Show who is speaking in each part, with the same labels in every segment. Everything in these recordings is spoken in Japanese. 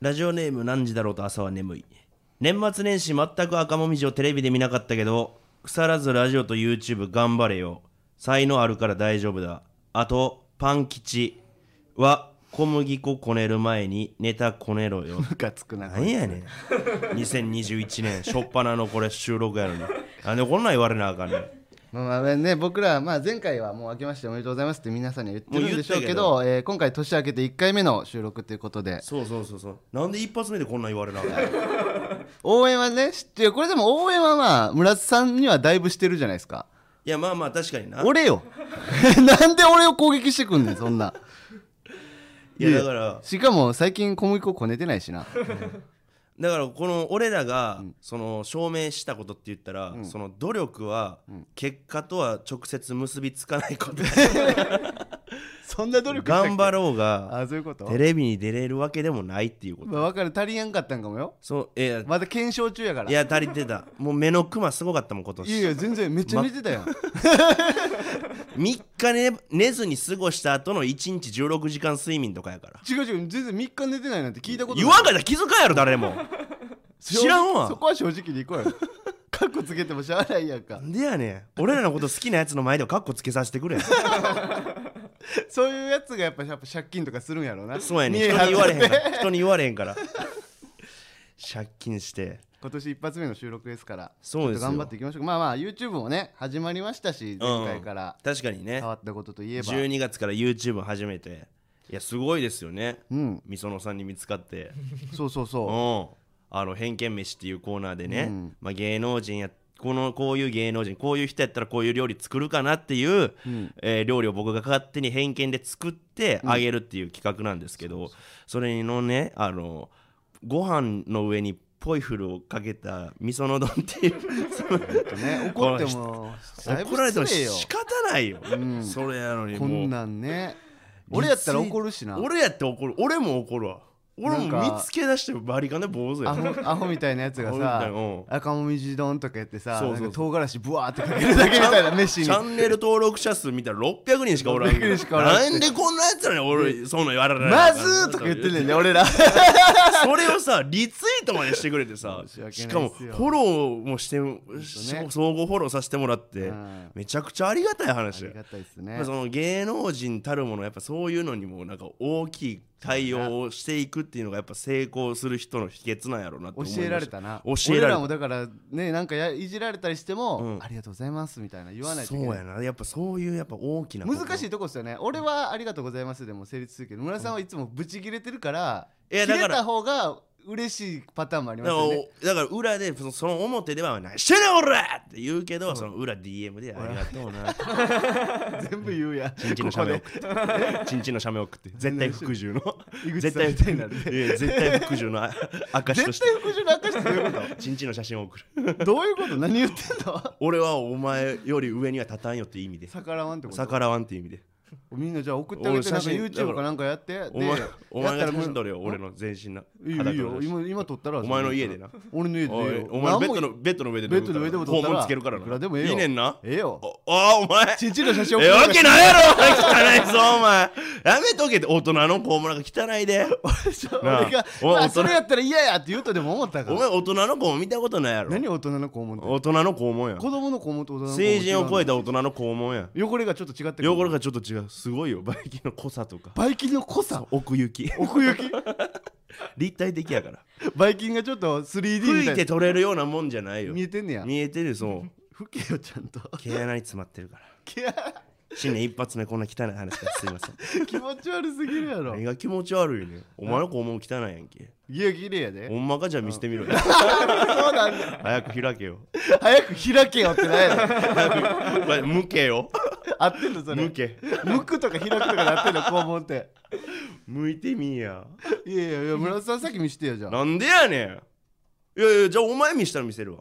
Speaker 1: ラジオネーム何時だろうと朝は眠い年末年始全く赤もみじをテレビで見なかったけど腐らずラジオと YouTube 頑張れよ才能あるから大丈夫だあとパン吉は小麦粉こねる前にネタこねろよ
Speaker 2: ムカつくな
Speaker 1: なんやねん2021年初っ端のこれ収録やのになんでこんなん言われなあかんねん
Speaker 2: まあまあね、僕ら、まあ、前回はもう明けましておめでとうございますって皆さんには言ってるんでしょうけ
Speaker 1: も
Speaker 2: どえー今回年明けて1回目の収録ということで
Speaker 1: そうそうそうそうなんで一発目でこんなん言われなあかんねん
Speaker 2: 応援はね知ってるこれでも応援はまあ村津さんにはだいぶしてるじゃないですか
Speaker 1: いやまあまあ確かにな
Speaker 2: 俺よなんで俺を攻撃してくんねんそん ない
Speaker 1: やだから
Speaker 2: しかも最近小麦粉こねてないしな
Speaker 1: だからこの俺らがその証明したことって言ったら、その努力は結果とは直接結びつかない こと
Speaker 2: そんな努
Speaker 1: 頑張
Speaker 2: ろ
Speaker 1: ろう
Speaker 2: う
Speaker 1: が
Speaker 2: あそういうこと
Speaker 1: テレビに出れるわけでもないっていうこと
Speaker 2: まあ、分かる足りやんかったんかもよ
Speaker 1: そういや
Speaker 2: まだ検証中やから
Speaker 1: いや足りてたもう目のクマすごかったもん今
Speaker 2: いや
Speaker 1: 年
Speaker 2: いや全然めっちゃ寝てたやん、
Speaker 1: 3日寝寝ずに過ごした後の1日16時間睡眠とかやから
Speaker 2: 違う違う全然3日寝てないなんて聞いたことない
Speaker 1: 言わんかったら気づかんやろ誰 も知らんわ
Speaker 2: そこは正直に行こ うよカッコつけてもしゃあないやんか
Speaker 1: なんでやねん俺らのこと好きなやつの前ではカッコつけさせてくれ
Speaker 2: そういうやつがやっぱやっぱ借金とかするんやろな
Speaker 1: そうやねん
Speaker 2: 見え
Speaker 1: 人に言われへん
Speaker 2: 張っ
Speaker 1: か
Speaker 2: て
Speaker 1: ら人に言われへんから借金して
Speaker 2: 今年一発目の収録ですから
Speaker 1: そうですよ
Speaker 2: ちょっと頑張っていきましょうまあまあ YouTube もね始まりましたし前回から
Speaker 1: 確かにね
Speaker 2: 変わったことといえば、
Speaker 1: 12月から YouTube を始めていやすごいですよね
Speaker 2: うん
Speaker 1: みそのさんに見つかって
Speaker 2: そうそう
Speaker 1: う
Speaker 2: そ
Speaker 1: んあの偏見飯っていうコーナーでね、まあ、芸能人やこのこういう芸能人こういう人やったらこういう料理作るかなっていう、えー料理を僕が勝手に偏見で作ってあげるっていう企画なんですけど、それのねあのご飯の上にポイフルをかけた味噌の丼って いう
Speaker 2: う、ね、怒ってもだいぶ
Speaker 1: 怒られても
Speaker 2: 失礼よ
Speaker 1: 仕方ないよ、それやのにも
Speaker 2: こ
Speaker 1: うん
Speaker 2: なんね俺やったら怒るしな
Speaker 1: 俺やって怒る俺も怒るわ俺も
Speaker 2: なんか
Speaker 1: 見つけ出してバリカンで坊主や
Speaker 2: アホアホみたいなやつが
Speaker 1: アホみたい
Speaker 2: さ
Speaker 1: なうん
Speaker 2: 赤もみじ丼とかやってさ
Speaker 1: そうそうそう
Speaker 2: なんか唐辛子ブワーってかけるだけみたいな飯に
Speaker 1: チャンネル登録者数見たら600人しかおらん
Speaker 2: 600人しかおらん
Speaker 1: なんでこんなやつらに俺そんなんやられないの
Speaker 2: まずーとか言ってんねんね 俺ら
Speaker 1: それをさリツイートまでしてくれてさ
Speaker 2: 申し訳ないっす
Speaker 1: しか
Speaker 2: よ
Speaker 1: もフォローもしてし
Speaker 2: ね
Speaker 1: 相互フォローさせてもらって
Speaker 2: うん
Speaker 1: めちゃくちゃありがたい話
Speaker 2: ありがたいですね
Speaker 1: まあその芸能人たるものやっぱそういうのにもなんか大きい対応をしていくっていうのがやっぱ成功する人の秘訣なんやろうなって
Speaker 2: 教
Speaker 1: 思いました
Speaker 2: えられたな
Speaker 1: 教え
Speaker 2: 俺
Speaker 1: られ
Speaker 2: ら
Speaker 1: た
Speaker 2: もだからねなんかやいじられたりしても、
Speaker 1: うん
Speaker 2: ありがとうございますみたいな言わないと
Speaker 1: そ
Speaker 2: いけ
Speaker 1: う
Speaker 2: ない
Speaker 1: やなやっぱそういうやっぱ大きなこと
Speaker 2: 難しいとこですよね俺はありがとうございますでも成立するけど村さんはいつもブチギレてるから、
Speaker 1: いやだから
Speaker 2: 切れた方が嬉しいパターンもありま
Speaker 1: だ
Speaker 2: す
Speaker 1: から
Speaker 2: よ
Speaker 1: お
Speaker 2: ね
Speaker 1: だから裏でそのその表では「何してんねん俺!」って言うけどその裏 DM で「ありがとうな」
Speaker 2: 全部言うやん
Speaker 1: 「チンチンの写メ送って」「チンチンの写メ送って」絶対服従の
Speaker 2: 井口
Speaker 1: 絶
Speaker 2: さ
Speaker 1: 対
Speaker 2: んみたいになる
Speaker 1: いや絶対服従のあ証とし
Speaker 2: 絶
Speaker 1: て
Speaker 2: 対服従の証しどういうこ
Speaker 1: チンチンの写真を送る
Speaker 2: とどういうこと何言ってんの
Speaker 1: 俺はお前より上には立たんよっていう意味で
Speaker 2: 逆らわんってこと
Speaker 1: 逆らわんっていう意味で
Speaker 2: みんなじゃあ送ってあげて
Speaker 1: 俺
Speaker 2: な
Speaker 1: 写
Speaker 2: んか
Speaker 1: 真
Speaker 2: YouTube かなんかやってで
Speaker 1: お前お前
Speaker 2: や
Speaker 1: が
Speaker 2: っ
Speaker 1: 写
Speaker 2: たらもう
Speaker 1: 真撮れよ俺の全身ない
Speaker 2: いよいい
Speaker 1: 裸
Speaker 2: よ
Speaker 1: の写真
Speaker 2: 今今撮ったら
Speaker 1: お前の家でな
Speaker 2: 俺の家で
Speaker 1: おい
Speaker 2: よ
Speaker 1: お前のベッド
Speaker 2: 何も
Speaker 1: のベッドの上で
Speaker 2: ベッドの上でも撮
Speaker 1: 訪
Speaker 2: ったら
Speaker 1: 問つけるから
Speaker 2: い
Speaker 1: な
Speaker 2: くらでもええよ
Speaker 1: いいねんな
Speaker 2: ええよ
Speaker 1: おあお前
Speaker 2: ちんちんの写真送
Speaker 1: ええ
Speaker 2: る
Speaker 1: わけないやろ汚いぞお前やめとけって大人の子もなんか汚い でなあ
Speaker 2: 俺が
Speaker 1: お前
Speaker 2: ま
Speaker 1: 大
Speaker 2: あ
Speaker 1: 人
Speaker 2: それやったら嫌やって言うとでも思ったか
Speaker 1: お前
Speaker 2: ら
Speaker 1: 大人の子も見たことないやろ
Speaker 2: 何大人の肛門って
Speaker 1: 大人の子もや
Speaker 2: 子供の肛門と大人の肛門
Speaker 1: 成人を超え
Speaker 2: た
Speaker 1: た大人の子もや
Speaker 2: 汚れがちょっと違ってくる
Speaker 1: 汚れがちょっと違うすごいよバ イキンの濃さとか
Speaker 2: バイキンの濃さ
Speaker 1: 奥行き
Speaker 2: 奥行き
Speaker 1: 立体的やから
Speaker 2: バイキンがちょっと 3D み
Speaker 1: 吹
Speaker 2: た
Speaker 1: い
Speaker 2: い
Speaker 1: て
Speaker 2: な
Speaker 1: 取れるようなもんじゃないよ
Speaker 2: 見えてんねや
Speaker 1: 見えてるそう
Speaker 2: ふけよちゃんと
Speaker 1: 毛穴に詰まってる から
Speaker 2: けや
Speaker 1: 新年一発目こんな汚い話ですいま せん
Speaker 2: 気持ち悪すぎるやろ
Speaker 1: 何が気持ち悪いねんお前の子も汚いやんけ
Speaker 2: いや綺麗やで
Speaker 1: ほんまかじゃあ見せてみろよ
Speaker 2: そうなん だ
Speaker 1: 早く開けよ
Speaker 2: 早く開けよってないやろ
Speaker 1: 早く 向けよ
Speaker 2: 合ってんのそれ
Speaker 1: 向け
Speaker 2: 向くとか開くとかなってんの肛門って
Speaker 1: 向いてみいや
Speaker 2: いやいやいや村田さんさっき見してよじゃあ
Speaker 1: なんでやねんいやいやじゃあお前見したら見せるわ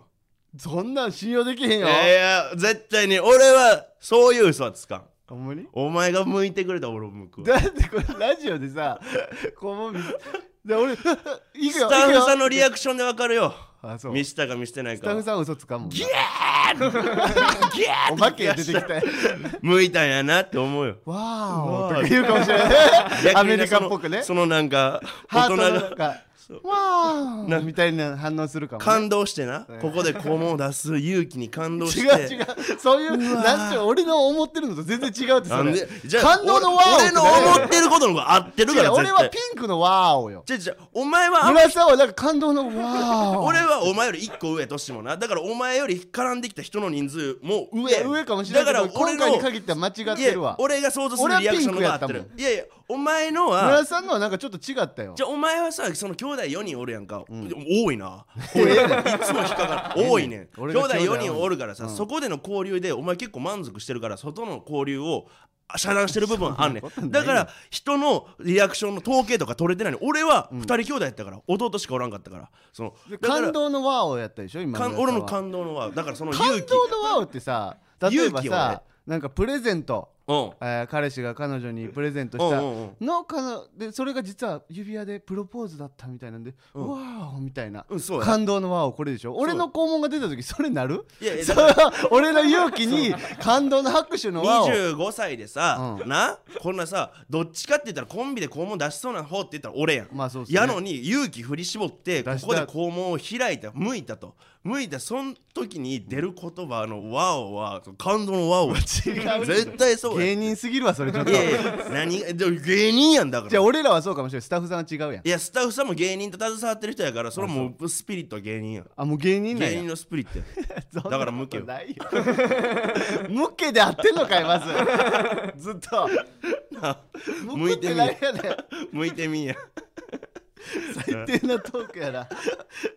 Speaker 2: そんなん信用できへん
Speaker 1: い
Speaker 2: よ
Speaker 1: やいや絶対に俺はそういう嘘はつかん
Speaker 2: ほんまに
Speaker 1: お前が向いてくれたら俺も向くわ
Speaker 2: だってこれラジオでさこうも見せ で俺行くよ
Speaker 1: スタッフさんのリ
Speaker 2: ア
Speaker 1: アクションでわかるよ
Speaker 2: あそう
Speaker 1: 見
Speaker 2: ス
Speaker 1: したか見してない
Speaker 2: タ
Speaker 1: か
Speaker 2: ッフ
Speaker 1: は
Speaker 2: さん嘘つかんもんな
Speaker 1: ギャー
Speaker 2: お化け出てきたよ
Speaker 1: 向いたんやなって思うよ
Speaker 2: わーお
Speaker 1: わーお
Speaker 2: とか言うかもしれないアメリカっぽくね
Speaker 1: そのそのなんか
Speaker 2: ハ
Speaker 1: 大
Speaker 2: ート
Speaker 1: 人
Speaker 2: のなん
Speaker 1: が
Speaker 2: かわーみたいな反応するかも、ね、
Speaker 1: 感動してな、ここで肛門を出す勇気に感動
Speaker 2: 違
Speaker 1: し
Speaker 2: う
Speaker 1: て
Speaker 2: 違うそういうなんていうの俺の思ってるのと全然違うって
Speaker 1: な
Speaker 2: そ
Speaker 1: ん
Speaker 2: れ
Speaker 1: で
Speaker 2: 感動のワーオ
Speaker 1: 俺の思ってることの方が合ってるか
Speaker 2: 違
Speaker 1: ら
Speaker 2: う
Speaker 1: 絶
Speaker 2: 俺
Speaker 1: 対
Speaker 2: はピンクのワーオよ
Speaker 1: 違う違うお前はあんま
Speaker 2: 村さんはなんか感動のワーオ
Speaker 1: 俺はお前より1個上年もなだからお前より絡んできた人の人数も
Speaker 2: い
Speaker 1: 上
Speaker 2: や上かもしれないけど
Speaker 1: だから俺
Speaker 2: 今
Speaker 1: の
Speaker 2: 回に限っては間違っ
Speaker 1: い
Speaker 2: て
Speaker 1: や
Speaker 2: るわ
Speaker 1: 俺が想像するリアクションの方が合って
Speaker 2: 俺は
Speaker 1: る
Speaker 2: ピン
Speaker 1: いやいやお前のは
Speaker 2: 村さんのはなんかちょっと違ったよ
Speaker 1: じゃあお前はさその兄弟4人おるやんか、多いなこれいつも引っかか る多いねん兄
Speaker 2: 俺が
Speaker 1: 弟
Speaker 2: 兄弟
Speaker 1: 4人おるからさ、そこでの交流でお前結構満足してるから外の交流をあ遮断してる部分あんね
Speaker 2: そん
Speaker 1: ん
Speaker 2: な
Speaker 1: だ
Speaker 2: こと
Speaker 1: か
Speaker 2: ないよ
Speaker 1: ら人のリアクションの統計とか取れてないの俺は2人兄弟やったから、弟しかおらんかったからそのだから
Speaker 2: 感動のワーオやったでしょ今
Speaker 1: かん
Speaker 2: 村さんは
Speaker 1: 俺の感動のはだからその
Speaker 2: 感
Speaker 1: 勇気
Speaker 2: 動のワオってさ例え
Speaker 1: 勇
Speaker 2: ば
Speaker 1: 気をね
Speaker 2: さなんかプレゼント、
Speaker 1: うん
Speaker 2: えー彼氏が彼女にプレゼント
Speaker 1: う
Speaker 2: し
Speaker 1: んう
Speaker 2: た
Speaker 1: んうん
Speaker 2: の彼女でそれが実は指輪でプロポーズだったみたいなんで、
Speaker 1: うん
Speaker 2: ワオみたいな、
Speaker 1: うんそうや
Speaker 2: 感動のワオこれでしょ
Speaker 1: う
Speaker 2: 俺の肛門が出た時それなる
Speaker 1: いやいや
Speaker 2: そ
Speaker 1: だ
Speaker 2: れ
Speaker 1: か
Speaker 2: は俺の勇気に感動の拍手のワオ
Speaker 1: 25歳でさ、
Speaker 2: う
Speaker 1: なこんなさどっちかって言ったらコンビで肛門出しそうな方って言ったら俺やん、
Speaker 2: まあそうっすね
Speaker 1: やのに勇気振り絞ってこ
Speaker 2: 出した
Speaker 1: こで肛門を開いた向いたと向いたその時に出る言葉の「ワオはその感動の「ワオは違
Speaker 2: 違う
Speaker 1: 絶対そうや
Speaker 2: 芸
Speaker 1: ん
Speaker 2: 人すぎるわそれちょっと
Speaker 1: いやいや何がでも芸人やんだか
Speaker 2: じゃ
Speaker 1: ら
Speaker 2: あ俺らはそうかもしれないスタッフさんは違うやん
Speaker 1: いやスタッフさんも芸人と携わってる人やからそれはもうスピリットは芸人やん
Speaker 2: あもう芸人なん
Speaker 1: 芸
Speaker 2: や
Speaker 1: 人のスピリッ トや
Speaker 2: だ
Speaker 1: だから無形
Speaker 2: ないよ 無形で合ってんのかいまずずっと
Speaker 1: 向
Speaker 2: 向
Speaker 1: い
Speaker 2: い
Speaker 1: て
Speaker 2: て
Speaker 1: み
Speaker 2: ないやね
Speaker 1: 向いてみんや
Speaker 2: 最低なトークやな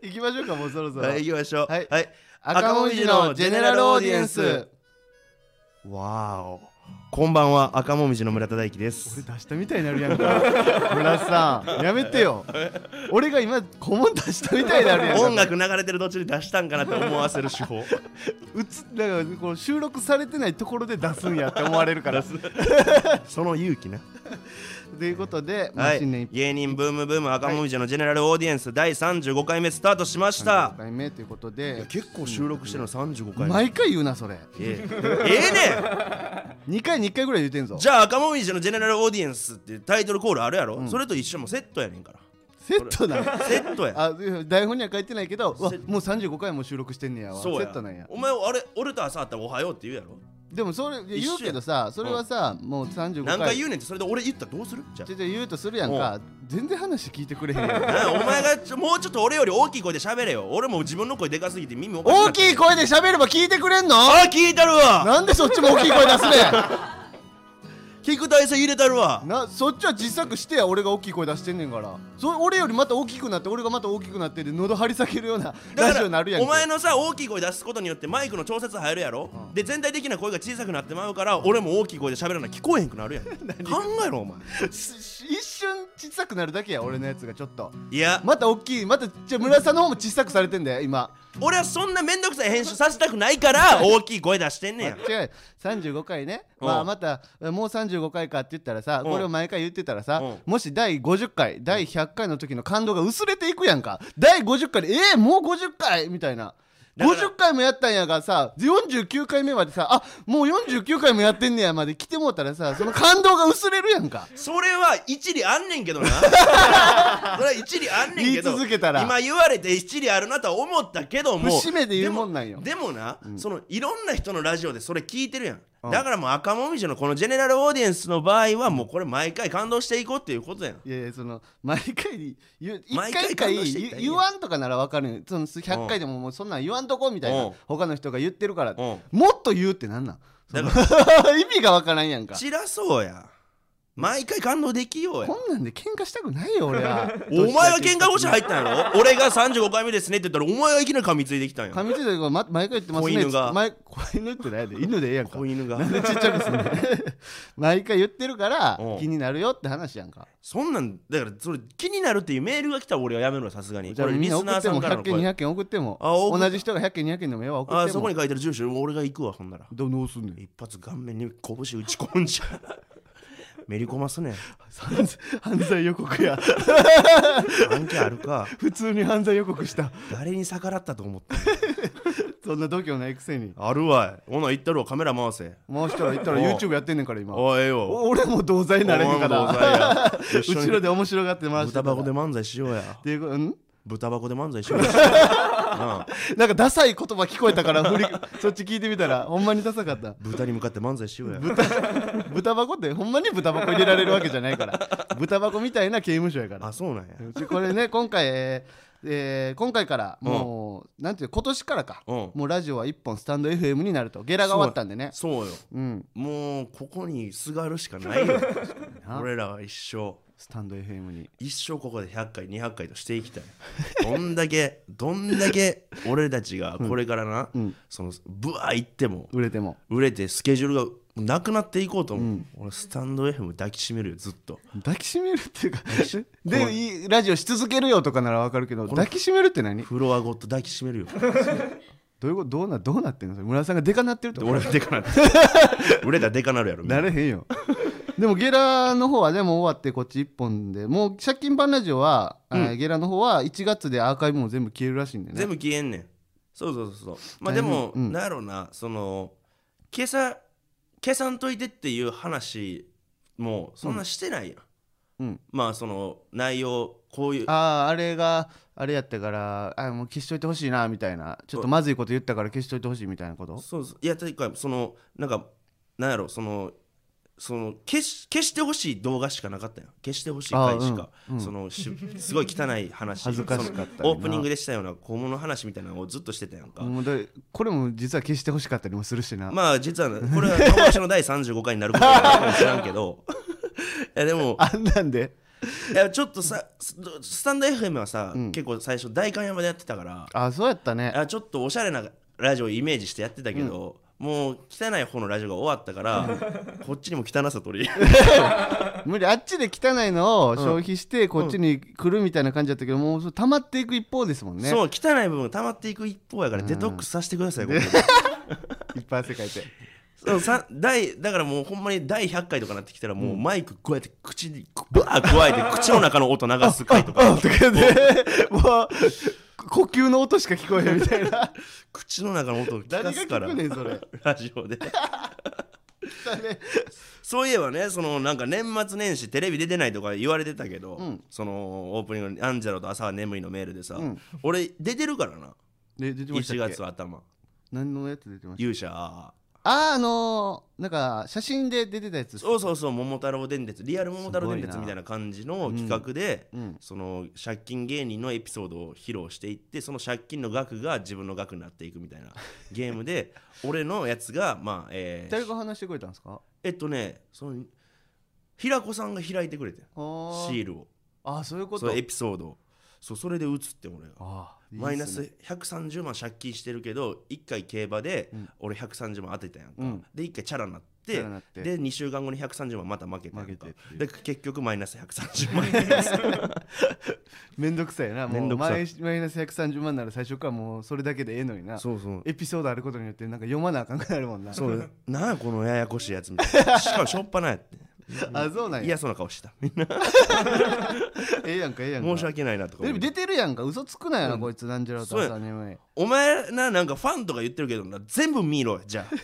Speaker 2: 行きましょうかもうそろそろ
Speaker 1: はい行きましょう
Speaker 2: はい
Speaker 1: はい
Speaker 2: 赤文字のジェネラルオーディエンス
Speaker 1: わーおこんばんは赤もみじの村田大樹です
Speaker 2: 出したみたいになるやんか村瀬さんやめてよ俺が今顧問出したみたいになるやんか
Speaker 1: 音楽流れてる途中で出したんかなって思わせる 手法
Speaker 2: うつだからこう収録されてないところで出すんやって思われるから
Speaker 1: その勇気な
Speaker 2: ということで、まあ
Speaker 1: はい
Speaker 2: 新年一
Speaker 1: 芸人ブームブーム赤もみじのジェネラルオーディエンス第35回目スタートしました
Speaker 2: 35回目ということ
Speaker 1: いや
Speaker 2: で
Speaker 1: 結構収録してるの35回目
Speaker 2: 毎回言うなそれ
Speaker 1: ええええね
Speaker 2: 2回に1回ぐらい言うてんぞ
Speaker 1: んじゃあ赤もみじのジェネラルオーディエンスっていうタイトルコールあるやろ、それと一緒もセットやねんから
Speaker 2: セットなの
Speaker 1: セットや
Speaker 2: あ台本には書いてないけどうわ
Speaker 1: セット
Speaker 2: もう35回も収録してんねやわセ
Speaker 1: そうや
Speaker 2: ットなんや
Speaker 1: お前あれ俺と朝会ったらおはようって言うやろ
Speaker 2: でもそれ
Speaker 1: 緒や
Speaker 2: 言うけどさそれはさ、もう35回
Speaker 1: 何回言うねんってそれで俺言ったらどうするじゃ
Speaker 2: ちょちょ言うとするやんか全然話聞いてくれへんやん
Speaker 1: あなあお前がちょもうちょっと俺より大きい声で喋れよ俺もう自分の声でかすぎて耳おかしくな
Speaker 2: 大
Speaker 1: って
Speaker 2: きい声で喋れば聞いてくれんの
Speaker 1: あ聞いたるわ
Speaker 2: なんでそっちも大きい声出すね
Speaker 1: 聞く体勢入れたるわ
Speaker 2: んなそっちは小さくしてや俺が大きい声出してんねんからそ俺よりまた大きくなって俺がまた大きくなってで喉張り裂けるような
Speaker 1: だ
Speaker 2: ラ
Speaker 1: か
Speaker 2: ジオになるや
Speaker 1: ら
Speaker 2: んけ
Speaker 1: お前のさ大きい声出すことによってマイクの調節入るやろで全体的な声が小さくなってまうから俺も大きい声で喋らな聞こえへんくなるや ん考えろお前
Speaker 2: す一瞬小さくなるだけや俺のやつがちょっと
Speaker 1: いや
Speaker 2: また大きいまたじゃあ村さんの方も小さくされてんだよ今
Speaker 1: 俺はそんな面倒くさい編集させたくないから大きい声出してんねん
Speaker 2: 間 違い35回ね、
Speaker 1: うん
Speaker 2: まあ、またもう35回かって言ったらさ、
Speaker 1: うん
Speaker 2: これを毎回言ってたらさ、
Speaker 1: うん
Speaker 2: もし第50回第100回の時の感動が薄れていくやんか第50回でえー、もう50回みたいな。
Speaker 1: だから
Speaker 2: 50回もやったんやがさ49回目までさあもう49回もやってんねやまで来てもうたらさその感動が薄れるやんか
Speaker 1: それは一理あんねんけ どなそれは一理あんねんけど
Speaker 2: 言い続けたら
Speaker 1: 今言われて一理あるなとは思ったけども
Speaker 2: 節目で言うもんなんよ
Speaker 1: でもでもな、そのいろんな人のラジオでそれ聞いてるやん、
Speaker 2: うん
Speaker 1: だからもう赤もみじのこのジェネラルオーディエンスの場合はもうこれ毎回感動していこうっていうことやん
Speaker 2: いやいやその毎回言う一
Speaker 1: 毎
Speaker 2: 回
Speaker 1: 回
Speaker 2: 一回
Speaker 1: 感動していった
Speaker 2: 言
Speaker 1: らいいやん
Speaker 2: 言わんとかならわかるんよその100回でももうそんなん言わんとこみたいうなん他の人が言ってるから
Speaker 1: うん
Speaker 2: もっと言うってなんなんそ
Speaker 1: だ
Speaker 2: の
Speaker 1: か
Speaker 2: 意味がわからんやんか
Speaker 1: 散らそうや毎回感動できようや
Speaker 2: こんなんで喧嘩したくないよ俺 は
Speaker 1: お前は喧嘩腰
Speaker 2: し
Speaker 1: 入ったんやろ俺が35回目ですねって言ったらお前はいきなり噛みついてきたんや
Speaker 2: 噛みついたけどま毎回言ってますね
Speaker 1: 子犬が
Speaker 2: 前子犬って何やで犬でええやんか
Speaker 1: 子犬が
Speaker 2: なん でち っちゃくすんの毎回言ってるから
Speaker 1: うん
Speaker 2: 気になるよって話やんか
Speaker 1: そんなんだからそれ気になるっていうメールが来たら俺はやめろよさすがに
Speaker 2: じゃあ
Speaker 1: これ
Speaker 2: み
Speaker 1: リ
Speaker 2: んな
Speaker 1: ス
Speaker 2: 送
Speaker 1: ナー
Speaker 2: って
Speaker 1: さん
Speaker 2: も
Speaker 1: から
Speaker 2: 100
Speaker 1: の
Speaker 2: 件
Speaker 1: 声
Speaker 2: 200件送っても
Speaker 1: あ送っ
Speaker 2: 同じ人が100件200件でもええわ送
Speaker 1: あ
Speaker 2: っ
Speaker 1: ー
Speaker 2: て
Speaker 1: そ
Speaker 2: も
Speaker 1: こに書いてる住所俺が行くわほんなら
Speaker 2: どどうすんねん
Speaker 1: 一発顔面に拳打ち込んじゃう めり込ますね
Speaker 2: 犯罪犯罪予告や
Speaker 1: 関係あるか
Speaker 2: 普通に犯罪予告した
Speaker 1: 誰に逆らったと思って
Speaker 2: そんな度胸ないくせに
Speaker 1: あるわいほな行ったるわカメラ回せ
Speaker 2: もう一人言ったら
Speaker 1: おう
Speaker 2: YouTube やってんねんから今
Speaker 1: おいええよ
Speaker 2: お俺も同罪になれへんか
Speaker 1: お前も同
Speaker 2: ら
Speaker 1: 罪や一緒に
Speaker 2: 後ろで面白がって回してた
Speaker 1: 豚
Speaker 2: ら
Speaker 1: 箱で漫才しようや
Speaker 2: っていうことん
Speaker 1: 豚箱で漫才しようや なあ
Speaker 2: なんかダサい言葉聞こえた から振りそっち聞いてみたらほんまにダサかった
Speaker 1: 豚に向かって漫才しようや
Speaker 2: 豚箱ってほんまに豚箱入れられるわけじゃないから豚箱みたいな刑務所やから
Speaker 1: あそうなんや
Speaker 2: うちこれね今回えーえー今回からもう、なんていう今年からか、
Speaker 1: うん
Speaker 2: もうラジオは一本スタンド FM になるとゲラが終わったんでね
Speaker 1: そうよ
Speaker 2: うん
Speaker 1: もうここにすがるしかない よ俺らは一生
Speaker 2: スタンド FM に
Speaker 1: 一生ここで100回200回としていきたいどんだけどんだけ俺たちがこれからな、そのブワー行っても
Speaker 2: 売れても
Speaker 1: 売れてスケジュールがなくなっていこうと思う、俺スタンド FM 抱きしめるよずっと
Speaker 2: 抱きしめるっていうか
Speaker 1: し
Speaker 2: でいいラジオし続けるよとかならわかるけど抱きしめるって何
Speaker 1: フロアごと抱きしめ るよ
Speaker 2: どういうことどうなどうなってんのそれ村田さんがでかなってると
Speaker 1: で
Speaker 2: か
Speaker 1: 俺がデ カなる俺らデカなるやろみんな
Speaker 2: なれへんよ でもゲラの方はでも終わってこっち1本でもう借金版ラジオは、あーゲラの方は1月でアーカイブも全部消えるらしいんでね
Speaker 1: 全部消えんねんそうそうそうそうまあでも、
Speaker 2: うん
Speaker 1: なんやろうなその消さ消さんといてっていう話もそんなしてないやん、
Speaker 2: うん
Speaker 1: まあその内容こういう
Speaker 2: あああれがあれやったからあーもう消しといてほしいなみたいなちょっとまずいこと言ったから消しといてほしいみたいなこと
Speaker 1: そうそういやというかそのなんかなんやろそのその消し消してほしい動画しかなかったよ消してほしい回しか、
Speaker 2: あうんうん
Speaker 1: そのしすごい汚い話
Speaker 2: 恥ずかしかったりな
Speaker 1: そのオープニングでしたような小物の話みたいなのをずっとしてたやんか、
Speaker 2: もうだこれも実は消してほしかったりもするしな、
Speaker 1: まあ実はこれは友達の第35回になることになるかも知らんけどいやでも
Speaker 2: あんなんで
Speaker 1: いやちょっとさススタンド FM はさ、結構最初代官山でやってたから
Speaker 2: あーそうやったね
Speaker 1: あちょっとおしゃれなラジオをイメージしてやってたけど、もう汚い方のラジオが終わったからこっちにも汚さ取り入れ
Speaker 2: 無理あっちで汚いのを消費してこっちに来るみたいな感じだったけどもうそう溜まっていく一方ですも んね
Speaker 1: そう汚い部分溜まっていく一方やからデトックスさせてください、ここで
Speaker 2: いっぱい汗かいて
Speaker 1: そうさ第だからもうほんまに第100回とかなってきたらもうマイクこうやって口にバー加えて口の中の音流す回とか
Speaker 2: あとかでもう呼吸の音しか聞こえへんみた いな
Speaker 1: 口の中の音を聞か
Speaker 2: 誰が
Speaker 1: すから
Speaker 2: 聞くねんそ れ
Speaker 1: ラジオでそういえばねそのなんか年末年始テレビ出てないとか言われてたけど、そのオープニングのアンジェロと朝は眠いのメールでさ、俺出てるからな
Speaker 2: で出てま
Speaker 1: 1
Speaker 2: したっけ
Speaker 1: 月頭
Speaker 2: 何のやつ出てました
Speaker 1: 勇者
Speaker 2: あーあのー、なんか写真で出てたやつ
Speaker 1: そうそうそう桃太郎電鉄リアル桃太郎電
Speaker 2: す
Speaker 1: 鉄
Speaker 2: ごいな
Speaker 1: みたいな感じの企画で、
Speaker 2: うん
Speaker 1: その借金芸人のエピソードを披露していってその借金の額が自分の額になっていくみたい なゲームで俺のやつがまあえー
Speaker 2: 誰が話してくれたんですか
Speaker 1: えっとねその平子さんが開いてくれて
Speaker 2: あー
Speaker 1: シールを
Speaker 2: あーそういうこ
Speaker 1: そ
Speaker 2: と
Speaker 1: のエピソードをそうそれで打つって俺が
Speaker 2: あーいいっすね
Speaker 1: マイナス130万借金してるけど1回競馬で
Speaker 2: うん
Speaker 1: 俺130万当てたやんか、
Speaker 2: うん
Speaker 1: で1回チャラになっ
Speaker 2: チャ
Speaker 1: て
Speaker 2: ラになって
Speaker 1: で2週間後に130万また負けたやん
Speaker 2: 負け
Speaker 1: か
Speaker 2: てっていう
Speaker 1: で結局マイナス130万 円です
Speaker 2: めんどくさいなも
Speaker 1: めん
Speaker 2: う
Speaker 1: どくさい
Speaker 2: マイマイナス130万なら最初からもうそれだけでええのにな
Speaker 1: そうそう
Speaker 2: エピソードあることによってなんか読まなあかんくなるもんな
Speaker 1: そうなんやこのややこしいやつみたいなしかもしょっぱなやって
Speaker 2: あそうなんや
Speaker 1: 嫌そうな顔してたみんな
Speaker 2: ええやんかええやんか
Speaker 1: 申し訳ないなとか
Speaker 2: で
Speaker 1: 思
Speaker 2: も
Speaker 1: い
Speaker 2: 出てるやんか嘘つくなよな、こいつなんじゃろうと
Speaker 1: そうや
Speaker 2: 朝眠い
Speaker 1: お前ななんかファンとか言ってるけどな全部見ろじゃあ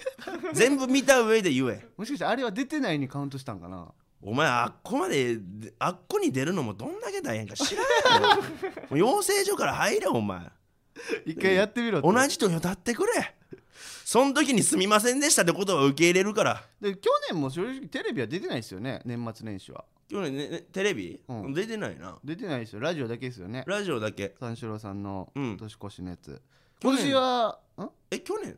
Speaker 1: 全部見た上で言え
Speaker 2: もしかしてあれは出てないにカウントしたんかな
Speaker 1: お前あっこまであっこに出るのもどんだけ大変か知らんよもう養成所から入れお前
Speaker 2: 一回やってみろって
Speaker 1: 同じ土俵立ってくれその時にすみませんでしたってことは受け入れるから
Speaker 2: で去年も正直テレビは出てないですよね年末年始は
Speaker 1: 今日ねねテレビ、
Speaker 2: うん
Speaker 1: 出てないな
Speaker 2: 出てないですよラジオだけですよね
Speaker 1: ラジオだけ
Speaker 2: 三四郎さんの
Speaker 1: うん
Speaker 2: 年越しのやつ、
Speaker 1: 去
Speaker 2: 今
Speaker 1: 年
Speaker 2: 年はん
Speaker 1: え去年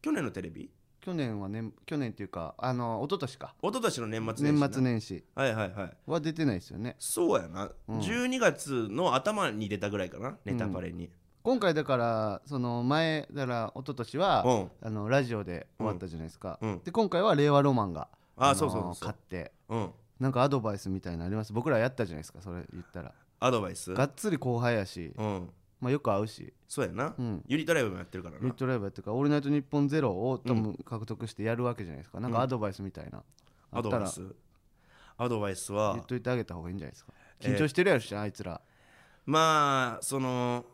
Speaker 1: 去年のテレビ
Speaker 2: 去年はね去年っていうかあの一昨年か
Speaker 1: 一昨年の年末年始な
Speaker 2: 年末年始
Speaker 1: はいはいはい
Speaker 2: は出てないですよね
Speaker 1: そうやな、
Speaker 2: うん
Speaker 1: 12月の頭に出たぐらいかなネタパレに、
Speaker 2: 今回だからその前だから一昨年は、
Speaker 1: うん
Speaker 2: あのラジオで終わったじゃないですか、
Speaker 1: うんうん
Speaker 2: で今回は令和ロマンが
Speaker 1: あ
Speaker 2: の
Speaker 1: そうそうそうそう
Speaker 2: 勝って
Speaker 1: うん
Speaker 2: なんかアドバイスみたいなのあります僕らやったじゃないですかそれ言ったら
Speaker 1: アドバイス
Speaker 2: がっつり後輩やし、
Speaker 1: うん
Speaker 2: まあ、よく会うし
Speaker 1: そうやな、
Speaker 2: うん
Speaker 1: ユニットライブもやってるから
Speaker 2: ミッ
Speaker 1: な
Speaker 2: ドライブやってるから「オールナイトニッポンゼロを多分獲得してやるわけじゃないですか、なんかアドバイスみたいな、あ
Speaker 1: ア
Speaker 2: っ
Speaker 1: ド
Speaker 2: た
Speaker 1: バイ
Speaker 2: ら
Speaker 1: スアドバイス
Speaker 2: 言
Speaker 1: は
Speaker 2: っといてあげた方がいいんじゃないですか
Speaker 1: えー
Speaker 2: 緊張してるやろし、あいつら
Speaker 1: まあその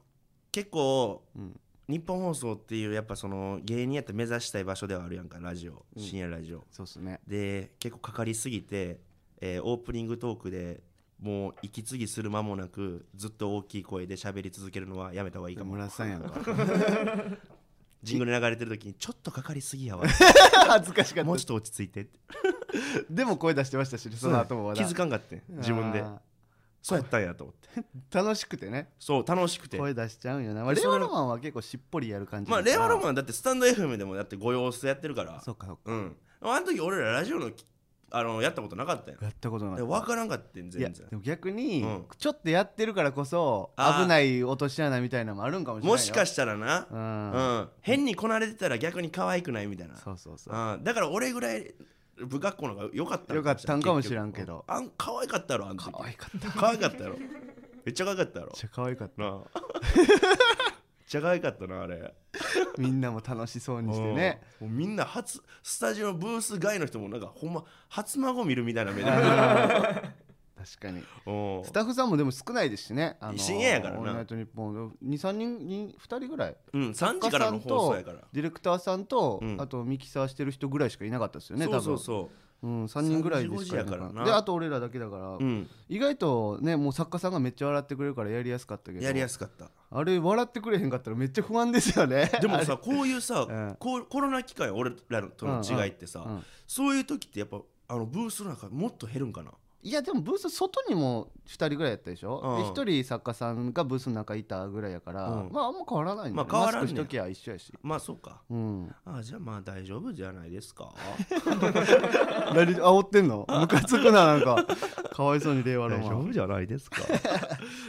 Speaker 1: 結構、
Speaker 2: うん
Speaker 1: 日本放送っていうやっぱその芸人やって目指したい場所ではあるやんかラジオ深夜ラジオ、
Speaker 2: そうっすね
Speaker 1: で結構かかりすぎて、えーオープニングトークでもう息継ぎする間もなくずっと大きい声で喋り続けるのはやめた方がいいかも
Speaker 2: 村瀬さんやんか
Speaker 1: ジングル流れてる時にちょっとかかりすぎや わ
Speaker 2: 恥ずかしか
Speaker 1: も
Speaker 2: っ
Speaker 1: うちょっと落ち着いてって
Speaker 2: たでも声出してましたし ねその後もま
Speaker 1: 気
Speaker 2: だ
Speaker 1: づかんかってん自分で
Speaker 2: あ
Speaker 1: そうやったんやと思って
Speaker 2: ー楽しくてね
Speaker 1: そう楽しくて
Speaker 2: 声出しちゃうんよな、まあ、
Speaker 1: で
Speaker 2: 令
Speaker 1: そ
Speaker 2: 和
Speaker 1: の
Speaker 2: ロマンは結構しっぽりやる感じ
Speaker 1: まあ令和ロ
Speaker 2: ン
Speaker 1: マンだってスタンド FM でもだってご様子やってるから
Speaker 2: そうかそうか
Speaker 1: うんあの時俺らラジオのきあのやったことなかったやん
Speaker 2: やったことな
Speaker 1: で
Speaker 2: い
Speaker 1: 分からんかってん
Speaker 2: いや
Speaker 1: 全然
Speaker 2: でも逆に、
Speaker 1: うん
Speaker 2: ちょっとやってるからこそ
Speaker 1: あー
Speaker 2: 危ない落とし穴みたいなのもあるんかもしれない
Speaker 1: もしか
Speaker 2: し
Speaker 1: したらな
Speaker 2: う、
Speaker 1: うんん変にこなれてたら逆に可愛くないみたいな
Speaker 2: そうそうそう
Speaker 1: うんだから俺ぐらい部学校の方が良かったの
Speaker 2: 良かったんかもしらんけど
Speaker 1: 結局あん可愛かったろあん時
Speaker 2: 可愛かっためっ
Speaker 1: 可愛かったやろめっちゃ可愛かったやろ
Speaker 2: ちゃ可愛か った
Speaker 1: なあめっちゃ可愛かったなあれ
Speaker 2: みんなも楽しそうにしてね
Speaker 1: うんもうみんな初スタジオのブース外の人もなんかほんま初孫見るみたいな目で
Speaker 2: 確かに
Speaker 1: うん
Speaker 2: スタッフさんもでも少ないですしね、あの
Speaker 1: 深夜やからな
Speaker 2: オールナイトニッポン23人に2人ぐらい
Speaker 1: うん3時からの放送やから
Speaker 2: ディレクターさんと、
Speaker 1: うん
Speaker 2: あとミキサーしてる人ぐらいしかいなかったですよね
Speaker 1: そうそうそう
Speaker 2: 多分、うん、3人ぐらいでしかいな
Speaker 1: 3時5時やか
Speaker 2: かっ
Speaker 1: ら
Speaker 2: た
Speaker 1: な
Speaker 2: であと俺らだけだから、
Speaker 1: うん、
Speaker 2: 意外とねもう作家さんがめっちゃ笑ってくれるからやりやすかったけど
Speaker 1: やりやすかった
Speaker 2: あれ笑ってくれへんかったらめっちゃ不安ですよね
Speaker 1: でもさこういうさ、
Speaker 2: うん
Speaker 1: こうコロナ期間俺らとの違いってさ、
Speaker 2: うんうん
Speaker 1: そういう時ってやっぱあのブースの中もっと減るんかない
Speaker 2: やでもブース外にも2人ぐらいやったでしょ、
Speaker 1: うん
Speaker 2: で1人作家さんがブースの中いたぐらいやから、
Speaker 1: うん
Speaker 2: まああんま変わらないんだよね
Speaker 1: まあ変わらんね
Speaker 2: マスクしときゃ一緒やし
Speaker 1: まあそうか
Speaker 2: うん、
Speaker 1: ああじゃあまあ大丈夫じゃないです か
Speaker 2: 何煽ってんのムカつくななんかかわいそうに令和ロマン
Speaker 1: じゃないです か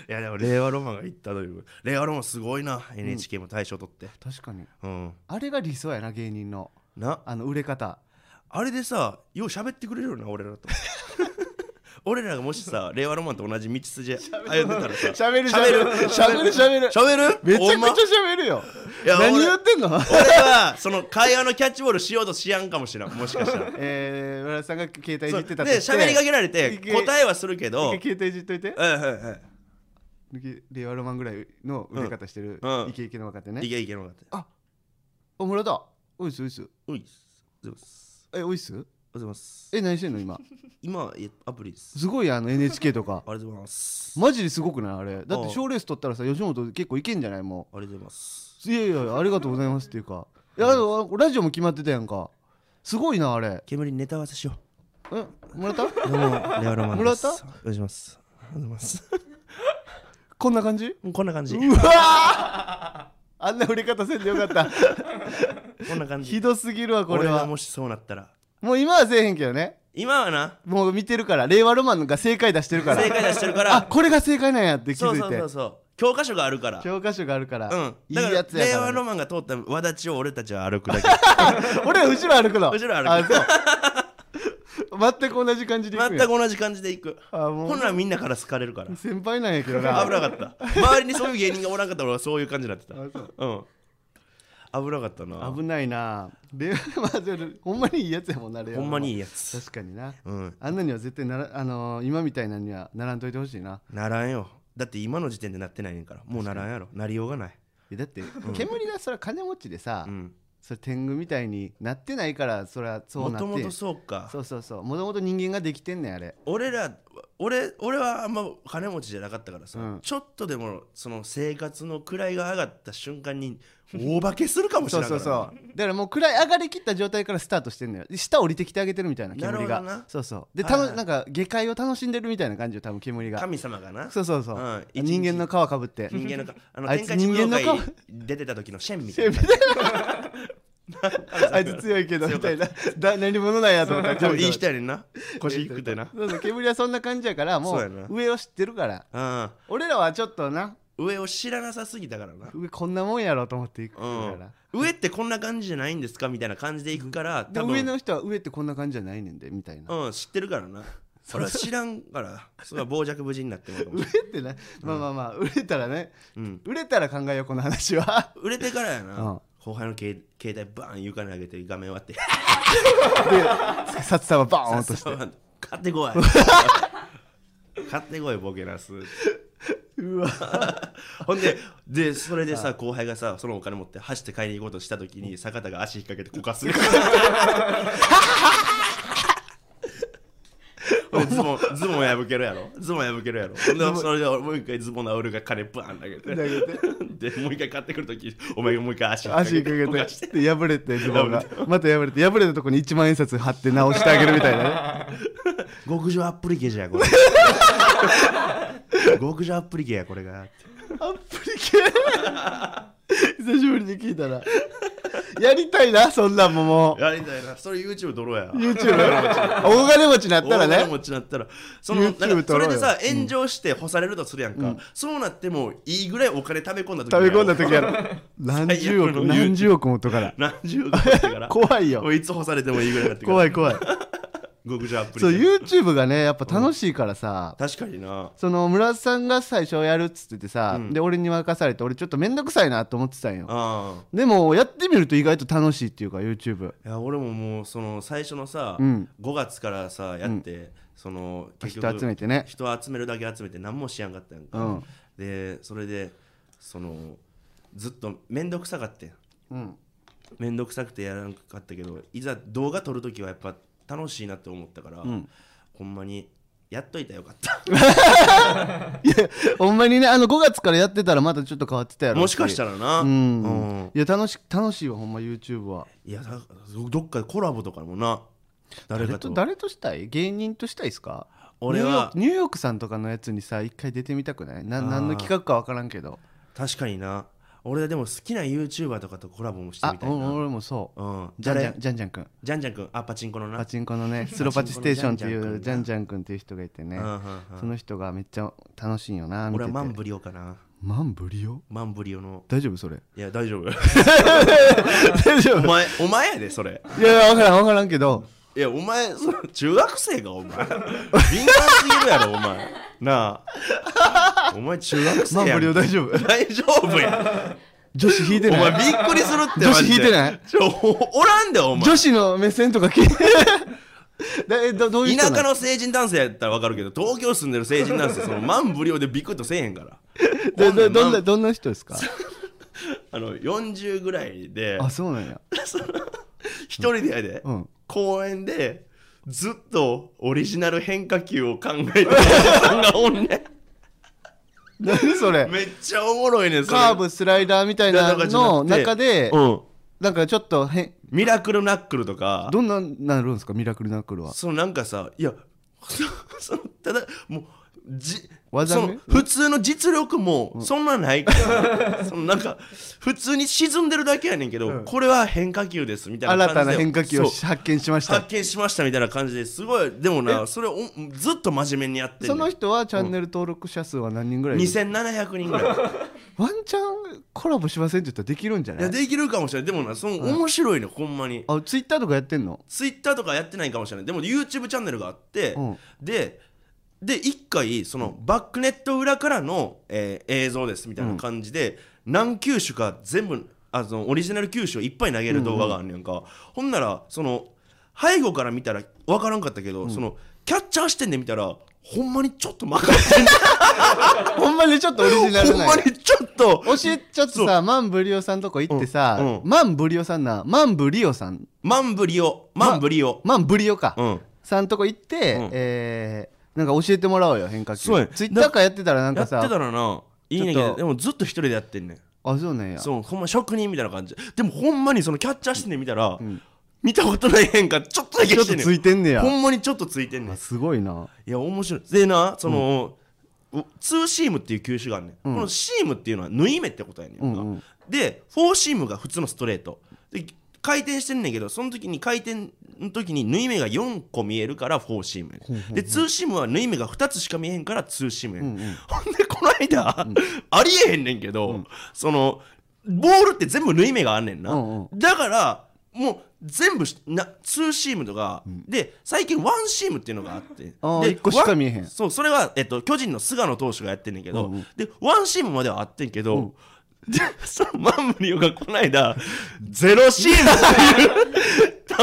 Speaker 1: いやでも令和ロマンが言ったという令和ロマンすごいな NHK も大賞取って
Speaker 2: 確かに
Speaker 1: うん、
Speaker 2: あれが理想やな芸人の
Speaker 1: な
Speaker 2: あの売れ方
Speaker 1: あれでさよう喋ってくれるよな俺 らと俺らがもしさ令和ロマンと同じ道筋歩んでたらさ
Speaker 2: 喋る
Speaker 1: 喋る
Speaker 2: 喋る喋る
Speaker 1: 喋る
Speaker 2: めちゃ
Speaker 1: ほんま
Speaker 2: くちゃ喋るよ
Speaker 1: いや
Speaker 2: 何
Speaker 1: 俺
Speaker 2: 言ってんの
Speaker 1: 俺はその会話のキャッチボールしようとしやんかもしれんもしかした ら
Speaker 2: えー、村田さんが携帯いじ
Speaker 1: そう
Speaker 2: ってたと
Speaker 1: で
Speaker 2: して
Speaker 1: 喋りかけられ
Speaker 2: い
Speaker 1: て
Speaker 2: け
Speaker 1: 答えはするけど
Speaker 2: 一回携帯いじっといて
Speaker 1: うんうん
Speaker 2: 令和ロマンぐらいの売れ方してる、
Speaker 1: うんうん
Speaker 2: イケイケの若手
Speaker 1: うんい
Speaker 2: ね
Speaker 1: けいけのかって
Speaker 2: お村田おいっすおいっす
Speaker 1: おいっすおはようございます
Speaker 2: えおいっす
Speaker 1: おはようございます
Speaker 2: え何してんの今
Speaker 1: 今えアプリです
Speaker 2: すごいやんあの NHK とか
Speaker 1: ありがとうございます
Speaker 2: マジですごくないあれだっ
Speaker 1: ああ
Speaker 2: て賞レース取ったらさ吉本結構いけんじゃないもう
Speaker 1: ありがとうございます
Speaker 2: いやいや、ありがとうございますっていうか。いや、あのラジオも決まってたやんか。すごいな、あれ。
Speaker 1: 煙にネタ合わせしよ
Speaker 2: え、もらった
Speaker 1: うどうもレオロマンです
Speaker 2: 村田
Speaker 1: お願いし ますおはようございます
Speaker 2: こんな感じ
Speaker 1: こんな感じ
Speaker 2: うわーあんな売り方せんでよかった。
Speaker 1: こんな感
Speaker 2: ひ
Speaker 1: じ
Speaker 2: どすぎるわ、これ
Speaker 1: 俺が
Speaker 2: は。
Speaker 1: もしそうなったら
Speaker 2: もう今はせえへんけどね。
Speaker 1: 今はな
Speaker 2: もう見てるから、令和ロマンが正解出してるから。
Speaker 1: 正解出してるか
Speaker 2: あ、
Speaker 1: ら
Speaker 2: これが正解なんやって気
Speaker 1: そう
Speaker 2: づい
Speaker 1: そうそう
Speaker 2: て。
Speaker 1: そう教科書があるから
Speaker 2: 教科書があるから。
Speaker 1: うん、
Speaker 2: いい
Speaker 1: だから
Speaker 2: やつや
Speaker 1: 令
Speaker 2: か
Speaker 1: 和
Speaker 2: ら
Speaker 1: ロ
Speaker 2: ね。
Speaker 1: マンが通った渡ちを俺たちは歩く だけ
Speaker 2: 俺は後ろ歩くの。
Speaker 1: 後ろ歩く
Speaker 2: あ、そう。全く同じ感じで行く
Speaker 1: 全
Speaker 2: ん
Speaker 1: く
Speaker 2: や。
Speaker 1: 同じ感じで行く
Speaker 2: あ、も
Speaker 1: ほん
Speaker 2: う。
Speaker 1: ならみんなから好かれるから危
Speaker 2: 先輩なんやけどな。
Speaker 1: なかった周りにそういう芸人がおらんかったら俺はそういう感じになってた
Speaker 2: あそう
Speaker 1: うん危なかったな
Speaker 2: 危ないなレまあでもほんまにいいやつやもんなレア
Speaker 1: ほんまにいい
Speaker 2: や
Speaker 1: やつ
Speaker 2: 確かにな
Speaker 1: うん
Speaker 2: あんなには絶対なら、あのー今みたいなのにはならんといてほしいな
Speaker 1: ならんよだって今の時点でなってないねんからもうならんやろなりようがない
Speaker 2: えだって、煙がそれは金持ちでさ、
Speaker 1: うん
Speaker 2: それ天狗みたいになってないからそれはそう
Speaker 1: も
Speaker 2: なって
Speaker 1: ともとそうか
Speaker 2: そうそうそうもともと人間ができてんねんあれ
Speaker 1: 俺ら俺俺はあんま金持ちじゃなかったからさ、
Speaker 2: うん
Speaker 1: ちょっとでもその生活の位が上がった瞬間に大化けするかもし
Speaker 2: そ
Speaker 1: れない
Speaker 2: うそうそうだからもう暗い上がりきった状態からスタートしてんのよで下降りてきてあげてるみたいな
Speaker 1: な
Speaker 2: 煙が
Speaker 1: るほどな
Speaker 2: そうそうでた
Speaker 1: は
Speaker 2: の
Speaker 1: いはい
Speaker 2: なんか下界を楽しんでるみたいな感じよ多分煙が
Speaker 1: 神様がな
Speaker 2: そうそうそう、
Speaker 1: うん一日
Speaker 2: 人間の皮かぶって
Speaker 1: 人間 のかあの
Speaker 2: あい
Speaker 1: 天
Speaker 2: つ
Speaker 1: 下一武道
Speaker 2: 人間の
Speaker 1: 会
Speaker 2: 顔
Speaker 1: 出てた時のシェンみ たいな感じ
Speaker 2: あいつ強いけどみ
Speaker 1: 強か
Speaker 2: た
Speaker 1: っ
Speaker 2: いなだ何者なんやと 思ったら
Speaker 1: でもいい人やねん な腰低くてな
Speaker 2: そうそう煙はそんな感じやからも
Speaker 1: そうやな
Speaker 2: う上を知ってるから
Speaker 1: う
Speaker 2: 俺らはちょっとなん
Speaker 1: 上を知らなさすぎたからな
Speaker 2: 上こんなもんやろと思っていくか
Speaker 1: うん上ってこんな感じじゃないんですかみたいな感じでいくから
Speaker 2: ら
Speaker 1: 多
Speaker 2: で上
Speaker 1: 分
Speaker 2: の人は上ってこんな感じじゃないねんでみたいな
Speaker 1: うん知ってるから なそれは知らんからそれは傍若無人になってもらうかも
Speaker 2: 上
Speaker 1: し
Speaker 2: ってねまあまあまあ売れたらね
Speaker 1: れんうん
Speaker 2: 売れたら考えようこの話は
Speaker 1: 売れてからや
Speaker 2: うん
Speaker 1: な後輩の携携帯バーン床に上げて画面割って
Speaker 2: で札束バー ンとして
Speaker 1: 買ってこい買ってこいボケなす
Speaker 2: うわ
Speaker 1: ほんででそれでさ後輩がさそのお金持って走って買いに行こうとした時に坂田が足引っ掛けてこか すほんでズボンズボン破けるやろズボン破けるやろほんでそれでもう一回ズボンのアウルが金バーン投げ
Speaker 2: 投げて
Speaker 1: て でもう一回買ってくる時お前がもう一回足引っ掛
Speaker 2: 足かけ
Speaker 1: けてこかして
Speaker 2: てで破れてズボンが
Speaker 1: 破
Speaker 2: また破れて破れたとこに1万円札貼って直してあげるみたいなね
Speaker 1: 極上アップリケじゃ これ極上アップリケやこれが
Speaker 2: アップリケ久しぶりに聞いたらやりたいなそんなんもも
Speaker 1: やりたいなそれ YouTube 撮ろうや
Speaker 2: う YouTube 大金持ちになったら
Speaker 1: 大金
Speaker 2: ね
Speaker 1: 持ちになったらそのなん
Speaker 2: YouTube
Speaker 1: か
Speaker 2: 撮
Speaker 1: そ
Speaker 2: ろう
Speaker 1: れ
Speaker 2: よ
Speaker 1: でさ炎上して干されるとするやんか、そうなってもいいぐらいお金溜め込んだ時
Speaker 2: 食べ込んだ
Speaker 1: 時
Speaker 2: 時やろ何十
Speaker 1: 最
Speaker 2: 億
Speaker 1: 悪の
Speaker 2: 何十億もとから
Speaker 1: 何十億だから
Speaker 2: 怖いよ
Speaker 1: もういつ干されてもいいぐらいだって
Speaker 2: 怖
Speaker 1: い
Speaker 2: い怖い
Speaker 1: 極上アップリ
Speaker 2: そう
Speaker 1: ケ
Speaker 2: YouTube がねやっぱ楽しいからさ、
Speaker 1: 確かにな
Speaker 2: その村田さんが最初やるっつっててさ、
Speaker 1: うん
Speaker 2: で俺に任されて俺ちょっと面倒くさいなと思ってたんよ
Speaker 1: あ
Speaker 2: でもやってみると意外と楽しいっていうか YouTube
Speaker 1: あいや俺ももうその最初のさ、
Speaker 2: うん
Speaker 1: 5月からさやって、その結局
Speaker 2: 人集めてね
Speaker 1: 人集めるだけ集めて何もしやんかったやんか、
Speaker 2: うん
Speaker 1: でそれでそのずっと面倒くさかってん
Speaker 2: うん
Speaker 1: 面倒くさくてやらなかったけどいざ動画撮る時はやっぱ楽しいなって思ったから、
Speaker 2: ん
Speaker 1: ほんまにやっといたらよかった
Speaker 2: ほんまにねあの5月からやってたらまたちょっと変わってたやろ
Speaker 1: もしかしたたらな、
Speaker 2: うん、
Speaker 1: うん
Speaker 2: いや楽し楽しいわほんま YouTube はい
Speaker 1: やだどっかでコラボとかもな誰
Speaker 2: 誰
Speaker 1: か
Speaker 2: と
Speaker 1: と
Speaker 2: 誰としたい芸人としたいですか
Speaker 1: 俺は
Speaker 2: ニューヨークニューヨークさんとかのやつにさ一回出てみたくないな
Speaker 1: あー
Speaker 2: 何の企画か分からんけど
Speaker 1: 確かにな俺はでも好きな YouTuber とかとコラボもして
Speaker 2: あ
Speaker 1: みたい
Speaker 2: お
Speaker 1: な
Speaker 2: 俺もそう
Speaker 1: うん
Speaker 2: じゃんじゃ
Speaker 1: 誰
Speaker 2: んじゃんじゃんくん
Speaker 1: じゃんじゃんくんあパチンコのな
Speaker 2: パチンコの ねスロパチステーションっていうジャンジャン君っていう人がいてね
Speaker 1: うんうんうん
Speaker 2: その人がめっちゃ楽しいよな見て
Speaker 1: 俺は
Speaker 2: て
Speaker 1: マンブリオかな
Speaker 2: マンブリオ
Speaker 1: マンブリオの
Speaker 2: 大丈夫 それ
Speaker 1: いや大丈夫
Speaker 2: 大丈
Speaker 1: お前お前やでそれ
Speaker 2: 夫いやいや分からん分からんけど
Speaker 1: いやお前その中学生かお前敏感すぎるやろお前なあお前中学生
Speaker 2: マ
Speaker 1: やん
Speaker 2: ンブリオ大丈夫
Speaker 1: 大丈夫や
Speaker 2: 女子引いて
Speaker 1: お
Speaker 2: ない
Speaker 1: 前びっくりするって
Speaker 2: 女子
Speaker 1: マジで
Speaker 2: 引いてない
Speaker 1: ちょおおらんでお前
Speaker 2: 女子の目線とか聞いて だえどどういう人
Speaker 1: 田
Speaker 2: な
Speaker 1: 舎の成人男性やったらわかるけど東京住んでる成人男性そのマンブリオでビクッとせえへんから
Speaker 2: どどど
Speaker 1: ほ
Speaker 2: ん
Speaker 1: んで
Speaker 2: などんな人ですか
Speaker 1: あの40ぐらいで
Speaker 2: あそうなんや
Speaker 1: 一人でやで、
Speaker 2: うん
Speaker 1: 公園でずっとオリジナル変化球を考えてるおじさんがおんねん
Speaker 2: 何それ
Speaker 1: めっちゃおもろいねんそれ
Speaker 2: カーブスライダーみたいなの中で
Speaker 1: うん、
Speaker 2: なんかちょっと変
Speaker 1: ミラクルナックルとか
Speaker 2: どんなんなるんですかミラクルナックルは
Speaker 1: そのなんかさいや そそのただもうじ
Speaker 2: 技
Speaker 1: そ
Speaker 2: 名
Speaker 1: の普通の実力もそんなないから、 そのなんか普通に沈んでるだけやねんけど、これは変化球ですみたいな
Speaker 2: 新
Speaker 1: 感じで
Speaker 2: たな変化球を
Speaker 1: そう
Speaker 2: 発見しました
Speaker 1: 発見しましたみたいな感じですごいでもなそれをずっと真面目にやってんねん
Speaker 2: その人はチャンネル登録者数は何人ぐらいいる
Speaker 1: 2700人ぐらい
Speaker 2: ワンチャンコラボしませんって言ったらできるんじゃ
Speaker 1: い
Speaker 2: な
Speaker 1: や
Speaker 2: い
Speaker 1: できるかもしれないでもなその面白いの、ほんまに
Speaker 2: あツイッターとかやってんの
Speaker 1: Twitter とかやってないかもしれないでも YouTube チャンネルがあって、
Speaker 2: うん
Speaker 1: でで1回そのバックネット裏からの、えー映像ですみたいな感じで、何球種か全部あそのオリジナル球種をいっぱい投げる動画があんねんか、ほんならその背後から見たら分からんかったけど、そのキャッチャー視点で見たらほんまにちょっと曲がってんね
Speaker 2: ほんまにちょっとオリジナル
Speaker 1: んほん
Speaker 2: な
Speaker 1: ま
Speaker 2: んや
Speaker 1: にちょっと
Speaker 2: 教えちょっと
Speaker 1: そ
Speaker 2: さマンブリオさんとこ行って
Speaker 1: う
Speaker 2: さ
Speaker 1: んうん
Speaker 2: マンブリオさんなマンブリオさん
Speaker 1: マンブリオマンブリオ、
Speaker 2: マンブリオか
Speaker 1: うん
Speaker 2: さんとこ行って、
Speaker 1: うん
Speaker 2: えーなんか教えてもらおうよ変化球
Speaker 1: そうや
Speaker 2: ツイッターかやってたらな
Speaker 1: や
Speaker 2: んか
Speaker 1: って
Speaker 2: さ
Speaker 1: たらないいねんけ
Speaker 2: ちょっ
Speaker 1: ど
Speaker 2: と
Speaker 1: でもずっと一人でやってんねん
Speaker 2: あそうなんや
Speaker 1: そうほんま職人みたいな感じでもほんまにそのキャッチャーしてんねん見たら、見たことない変化ちょっとだけ
Speaker 2: ちょっ
Speaker 1: してん
Speaker 2: と
Speaker 1: ね
Speaker 2: つ
Speaker 1: ん
Speaker 2: いてんねや
Speaker 1: ほんまにちょっとついてんねん
Speaker 2: あ
Speaker 1: い
Speaker 2: すごいな
Speaker 1: や面白いでなその、おツーシームっていう球種があんねん、
Speaker 2: ん
Speaker 1: このシームっていうのは縫い目ってことやねんか、
Speaker 2: うんうん
Speaker 1: でフォーシームが普通のストレートで回転してんねんけどその時に回転の時に縫い目が4個見えるからフォーシームやねんでツーシームは縫い目が2つしか見えへんからツーシームやねん、ほんでこの間、ありえへんねんけど、そのボールって全部縫い目があんねんな、
Speaker 2: うん
Speaker 1: だからもう全部しなツーシームとか、で最近ワンシームっていうのがあって
Speaker 2: あー
Speaker 1: で
Speaker 2: 一個しか見えへん
Speaker 1: ワンそうそれは、えっと、巨人の菅野投手がやってんねんけど、でワンシームまではあってんけど、 そのマンブリオがこないだゼロシーズンっていう球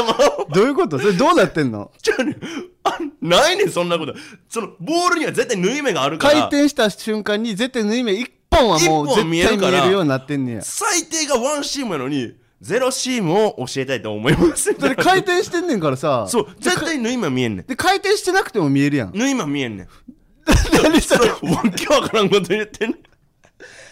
Speaker 1: を
Speaker 2: どういうことそれどうなってんの
Speaker 1: ちょねあないねんそんなことそのボールには絶対縫い目があるから
Speaker 2: 回転した瞬間に絶対縫い目一本はもう
Speaker 1: 一
Speaker 2: 絶対
Speaker 1: 本見
Speaker 2: 見
Speaker 1: えるから
Speaker 2: えるようになってんねや
Speaker 1: 最低がワンシームやのにゼロシームを教えたいと思います
Speaker 2: だって回転してんねんからさ
Speaker 1: そう絶対縫い目見えんねん
Speaker 2: で回転してなくても見えるやん
Speaker 1: 縫い目見え んねん何それわけわからんこと言ってんねん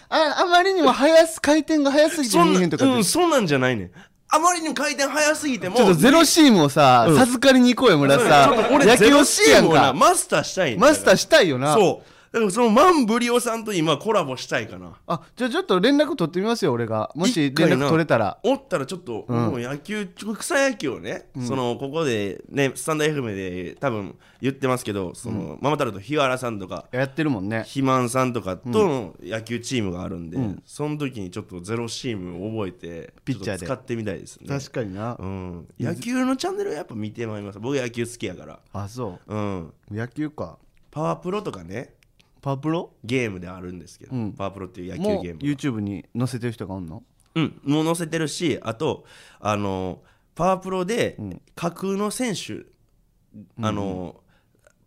Speaker 2: ああまりにも速す回転が速すぎて
Speaker 1: そん
Speaker 2: 見え
Speaker 1: な
Speaker 2: へんとかって
Speaker 1: うんそうなんじゃないねんあまりにも回転早すぎても
Speaker 2: ちょっとゼロシームをさ、
Speaker 1: うん
Speaker 2: 授かりに行こうよ村
Speaker 1: ち
Speaker 2: さ
Speaker 1: ょっと俺
Speaker 2: 野
Speaker 1: ゼ
Speaker 2: 球
Speaker 1: ロ
Speaker 2: をし
Speaker 1: シ
Speaker 2: いや
Speaker 1: ー
Speaker 2: ん
Speaker 1: ムをな
Speaker 2: か
Speaker 1: マスターしたいねん
Speaker 2: マスターしたいよな
Speaker 1: そうだからそのマンブリオさんと今コラボしたいかな
Speaker 2: あじゃあちょっと連絡取ってみますよ俺がもし
Speaker 1: 一回
Speaker 2: 連
Speaker 1: な
Speaker 2: 絡取れたら
Speaker 1: おったらちょっと、もう野球ちょ草野球をね、そのここでねスタンド FM で多分言ってますけどその、ママタルと日原さんとか
Speaker 2: やってるもんね
Speaker 1: 肥満さんとかとの野球チームがあるんで、その時にちょっとゼロチームを覚えて
Speaker 2: ピッチャーで
Speaker 1: ちょっと使ってみたいですね
Speaker 2: 確かにな、
Speaker 1: うん、野球のチャンネルはやっぱ見てまいります僕野球好きやから
Speaker 2: あそ
Speaker 1: うん
Speaker 2: う野球か
Speaker 1: パワープロとかね
Speaker 2: パプロ
Speaker 1: ゲームであるんですけど、
Speaker 2: うん
Speaker 1: パワープロっていう野
Speaker 2: も
Speaker 1: 球
Speaker 2: う
Speaker 1: ゲーム
Speaker 2: YouTube に載せてる人がおんの
Speaker 1: うんもう載せてるしあとあのパワープロで架空の選手、あの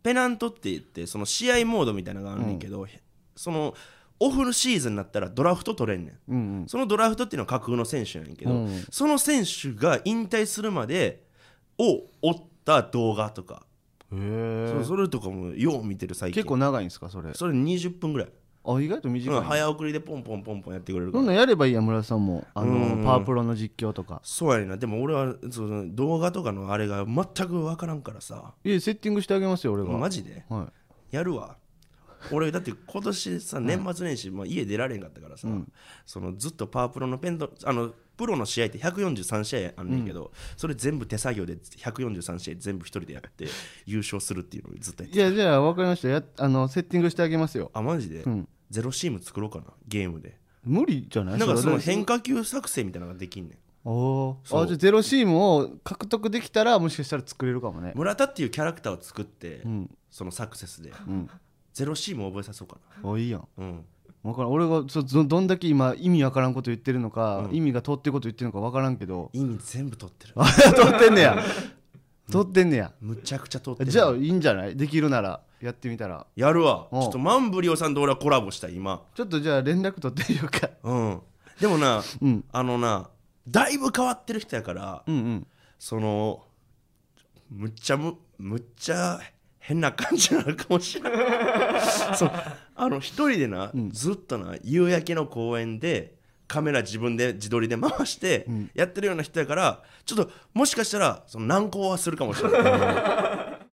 Speaker 1: ペナントって言ってその試合モードみたいなのがあるんだけど、そのオフのシーズンになったらドラフト取れんねん
Speaker 2: うんうん
Speaker 1: そのドラフトっていうのは架空の選手やねんけど、
Speaker 2: うん
Speaker 1: その選手が引退するまでを追った動画とか、
Speaker 2: へ
Speaker 1: そうそれとかもよう見てる最
Speaker 2: え
Speaker 1: 近
Speaker 2: 結構長いんですかそれ
Speaker 1: それ20分ぐらい、
Speaker 2: あ意外と短い
Speaker 1: うん
Speaker 2: ね
Speaker 1: 早送りでポンポンポンポンやってくれるか
Speaker 2: そ
Speaker 1: ら、
Speaker 2: んなんやればいいや村田さんもあ
Speaker 1: うん
Speaker 2: のパワープロの実況とか
Speaker 1: そうやねんなでも俺はその動画とかのあれが全く分からんからさ
Speaker 2: いえセッティングしてあげますよ俺が
Speaker 1: マジで
Speaker 2: は
Speaker 1: やるわ俺だって今年さ年末年始、まあ、家出られんかったからさ、そのずっとパワープロのペントあのプロの試合って143試合あんねんけど、それ全部手作業で143試合全部一人でやって優勝するっていうのをずっとやっ
Speaker 2: い
Speaker 1: て
Speaker 2: いやじゃあ分かりましたやあのセッティングしてあげますよ
Speaker 1: あマジで、
Speaker 2: ん
Speaker 1: ゼロチーム作ろうかなゲームで
Speaker 2: 無理じゃない
Speaker 1: なんかその変
Speaker 2: 化
Speaker 1: 化球作戦みたいなのができんねん
Speaker 2: おー
Speaker 1: そう
Speaker 2: あじゃあゼロチームを獲得できたらもしかしたら作れるかもね
Speaker 1: 村田っていうキャラクターを作って、
Speaker 2: うん
Speaker 1: そのサクセスで、
Speaker 2: ん
Speaker 1: ゼロチームを覚えさそうか
Speaker 2: おいいやん
Speaker 1: なうん
Speaker 2: 分からん俺がそどどんだけ今意味わからんこと言ってるのか、意味が通ってること言ってるのか分からんけど
Speaker 1: 意味全部取ってる
Speaker 2: あ 通ってんねや通ってんねや
Speaker 1: むちゃくちゃ取ってる
Speaker 2: じゃあいいんじゃないできるならやってみたら
Speaker 1: やるわち
Speaker 2: うん
Speaker 1: ょっとマンブリオさんと俺はコラボしたい今
Speaker 2: ちょっとじゃあ連絡取ってみようか
Speaker 1: うんでもな、
Speaker 2: うん
Speaker 1: あのなだいぶ変わってる人やから、
Speaker 2: うんうん
Speaker 1: そのむっちゃむむっちゃ変な感じなのかもしれない そうあの一人でな、ずっとな夕焼けの公園でカメラ自分で自撮りで回してやってるような人やからちょっともしかしたらその難航はするかもしれない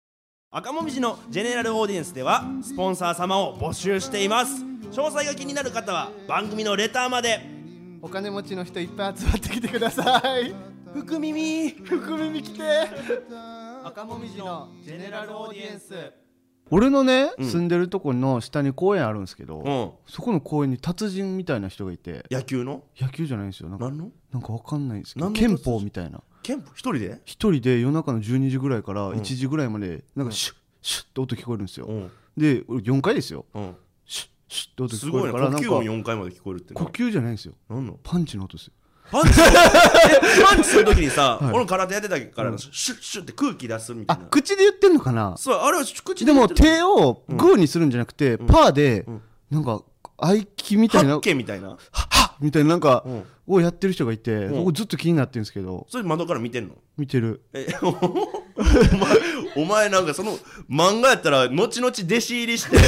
Speaker 1: 赤もみじのジェネラルオーディエンスではスポンサー様を募集しています詳細が気になる方は番組のレターまで
Speaker 2: お金持ちの人いっぱい集まってきてください
Speaker 1: 福耳
Speaker 2: 福耳来て
Speaker 1: 赤もみじのジェネラルオーディエンス
Speaker 2: 俺のね、住んでるとこの下に公園あるんですけど、
Speaker 1: うん
Speaker 2: そこの公園に達人みたいな人がいて
Speaker 1: 野球の
Speaker 2: 野球じゃないんですよなんか
Speaker 1: 何の
Speaker 2: なんかわかんないんですけど
Speaker 1: 何の
Speaker 2: 憲法みたいな
Speaker 1: 憲法一人で
Speaker 2: 一人で夜中の12時ぐらいから1時ぐらいまでなんかシュッシュッって音聞こえるんですよ、
Speaker 1: うん
Speaker 2: で俺4回ですよ
Speaker 1: うん
Speaker 2: シュッシュッって音
Speaker 1: す
Speaker 2: 聞こ
Speaker 1: ご
Speaker 2: え
Speaker 1: いな
Speaker 2: るか
Speaker 1: 呼
Speaker 2: らなん
Speaker 1: 吸音
Speaker 2: か
Speaker 1: 4回まで聞こえるって
Speaker 2: 呼吸じゃないんですよ
Speaker 1: 何の
Speaker 2: パンチの音ですよ
Speaker 1: パンチえパンチする時にさ俺も空手やってたからシュッシュッって空気出すみた
Speaker 2: あ
Speaker 1: いな
Speaker 2: 口で言ってんのかな
Speaker 1: そうあれは口
Speaker 2: でも
Speaker 1: 手
Speaker 2: 手をグーにするんじゃなくて、パーでなんか合い気みたいな
Speaker 1: ハッケみたいな
Speaker 2: はっみたいななんか、
Speaker 1: うん
Speaker 2: をやってる人がいて、
Speaker 1: ん
Speaker 2: 僕ずっと気になってるんですけど
Speaker 1: それ窓から見てんの
Speaker 2: 見てる
Speaker 1: えお前お前なんかその漫画やったら後々弟子入りして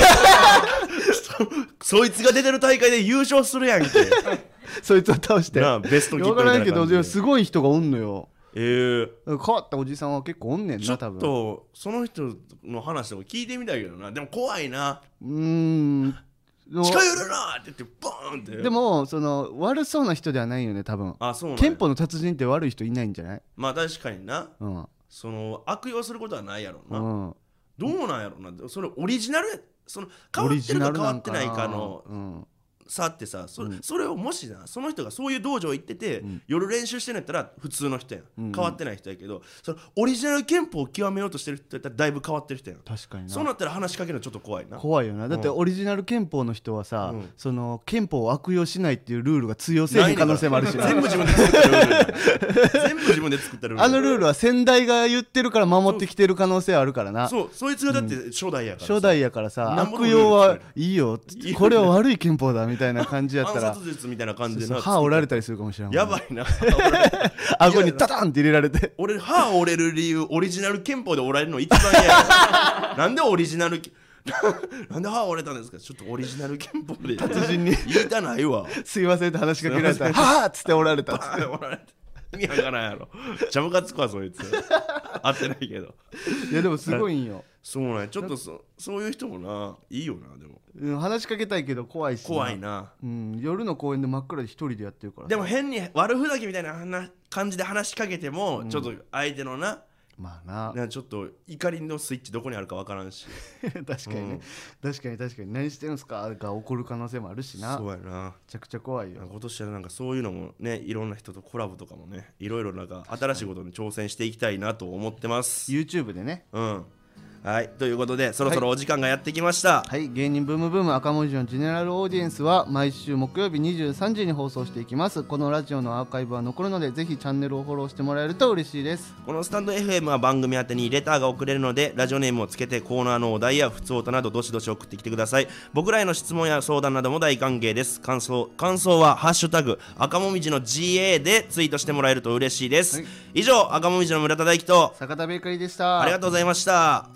Speaker 1: そそいつが出てる大会で優勝するやんけ
Speaker 2: そいつを倒して
Speaker 1: なあベストキッドみた
Speaker 2: 分か
Speaker 1: いな
Speaker 2: ら
Speaker 1: 感じ
Speaker 2: んけ
Speaker 1: で
Speaker 2: どでもすごい人がおんのよ
Speaker 1: えー
Speaker 2: 変わったおじさんは結構おんねん
Speaker 1: ちょ
Speaker 2: な
Speaker 1: っ
Speaker 2: 多分
Speaker 1: とその人の話とか聞いてみたいけどなでも怖いな
Speaker 2: うーんでも
Speaker 1: 近寄るなって言ってボーンって
Speaker 2: でもその悪そうな人ではないよね多分
Speaker 1: あそうなんや
Speaker 2: 憲法の達人って悪い人いないんじゃない
Speaker 1: まあ確かにな
Speaker 2: うん、
Speaker 1: その悪用することはないやろな、
Speaker 2: うん、
Speaker 1: どうなんやろなそれオリジナルその変
Speaker 2: オ
Speaker 1: わ
Speaker 2: リ
Speaker 1: って
Speaker 2: ジ
Speaker 1: るか
Speaker 2: ナ
Speaker 1: 変
Speaker 2: ル
Speaker 1: わ
Speaker 2: な
Speaker 1: っ
Speaker 2: ん
Speaker 1: て
Speaker 2: か
Speaker 1: な
Speaker 2: ない
Speaker 1: かの
Speaker 2: うん、
Speaker 1: 差ってさそれ,、それをもしなその人がそういう道場行ってて、夜練習してんやったら普通の人やん、変わってない人やけどそのオリジナル憲法を極めようとしてる人やったらだいぶ変わってる人やん
Speaker 2: 確かに
Speaker 1: そう
Speaker 2: な
Speaker 1: なったら話しかけるのちょっと怖いな
Speaker 2: 怖いよなだってオリジナル憲法の人はさ、
Speaker 1: うん
Speaker 2: その憲法を悪用しないっていうルールが通用せえへん可能性もあるしな
Speaker 1: ないねんから全部自分で作っ たルールやん全部自分で作ったルール
Speaker 2: あのルー
Speaker 1: ル
Speaker 2: ルは先代が言ってるから守ってきてる可能性あるからな
Speaker 1: そうそいつがだって初代やからさ
Speaker 2: 初代やからさ
Speaker 1: なんぼの
Speaker 2: 悪用
Speaker 1: ルール
Speaker 2: は
Speaker 1: 作
Speaker 2: いいよ
Speaker 1: いいよね
Speaker 2: これは悪い憲法だみたいな感じやった
Speaker 1: 暗
Speaker 2: ら
Speaker 1: 殺術みたいな感じで
Speaker 2: そう
Speaker 1: な
Speaker 2: 歯折られたりするかもしれない
Speaker 1: やばい な
Speaker 2: 顎にタタンって入れられて
Speaker 1: 俺歯折れる理由オリジナル憲法で折られるの一番嫌や なんでオリジナル なんで歯折れたんですかちょっとオリジナル憲法で達
Speaker 2: 人に
Speaker 1: 言いたないわ
Speaker 2: すいませんって話しかけられたら「はあ!」っつっておら れたっつっ
Speaker 1: あ折られて意味わからんやろジャムカつくわそいつ合ってないけど
Speaker 2: ていやでもすごいんよ、
Speaker 1: そうなんやちょっとそそういう人もないいよなでも
Speaker 2: うん、話しかけたいけど怖いし
Speaker 1: 怖い
Speaker 2: な、
Speaker 1: な
Speaker 2: うん、夜の公園で真っ暗で一人でやってるから
Speaker 1: でも変に悪ふざけみたいな話感じで話しかけても、ちょっと相手のな
Speaker 2: まあな
Speaker 1: なちょっと怒りのスイッチどこにあるかわからんし
Speaker 2: 確かにね、確かに確かに何してるんすかが起こる可能性もあるしな
Speaker 1: そ
Speaker 2: め
Speaker 1: うやな
Speaker 2: ちゃくちゃ怖いよ
Speaker 1: 今年はなんかそういうのもねいろんな人とコラボとかもねいろいろなんか新しいことに挑戦していきたいなと思ってます
Speaker 2: YouTube でね
Speaker 1: うんはいということでそろそろお時間がやってきました、
Speaker 2: はい芸人ブームブーム赤文字のジェネラルオーディエンスは毎週木曜日23時に放送していきますこのラジオのアーカイブは残るのでぜひチャンネルをフォローしてもらえると嬉しいです
Speaker 1: このスタンド FM は番組宛てにレターが送れるのでラジオネームをつけてコーナーのお題や普通音などどしどし送ってきてください僕らへの質問や相談なども大歓迎です感想感想は「ハッシュタグ赤もみじの GA」でツイートしてもらえると嬉しいです、
Speaker 2: はい
Speaker 1: 以上赤もみじの村田大樹と
Speaker 2: 坂田ベーカリーでした
Speaker 1: ありがとうございました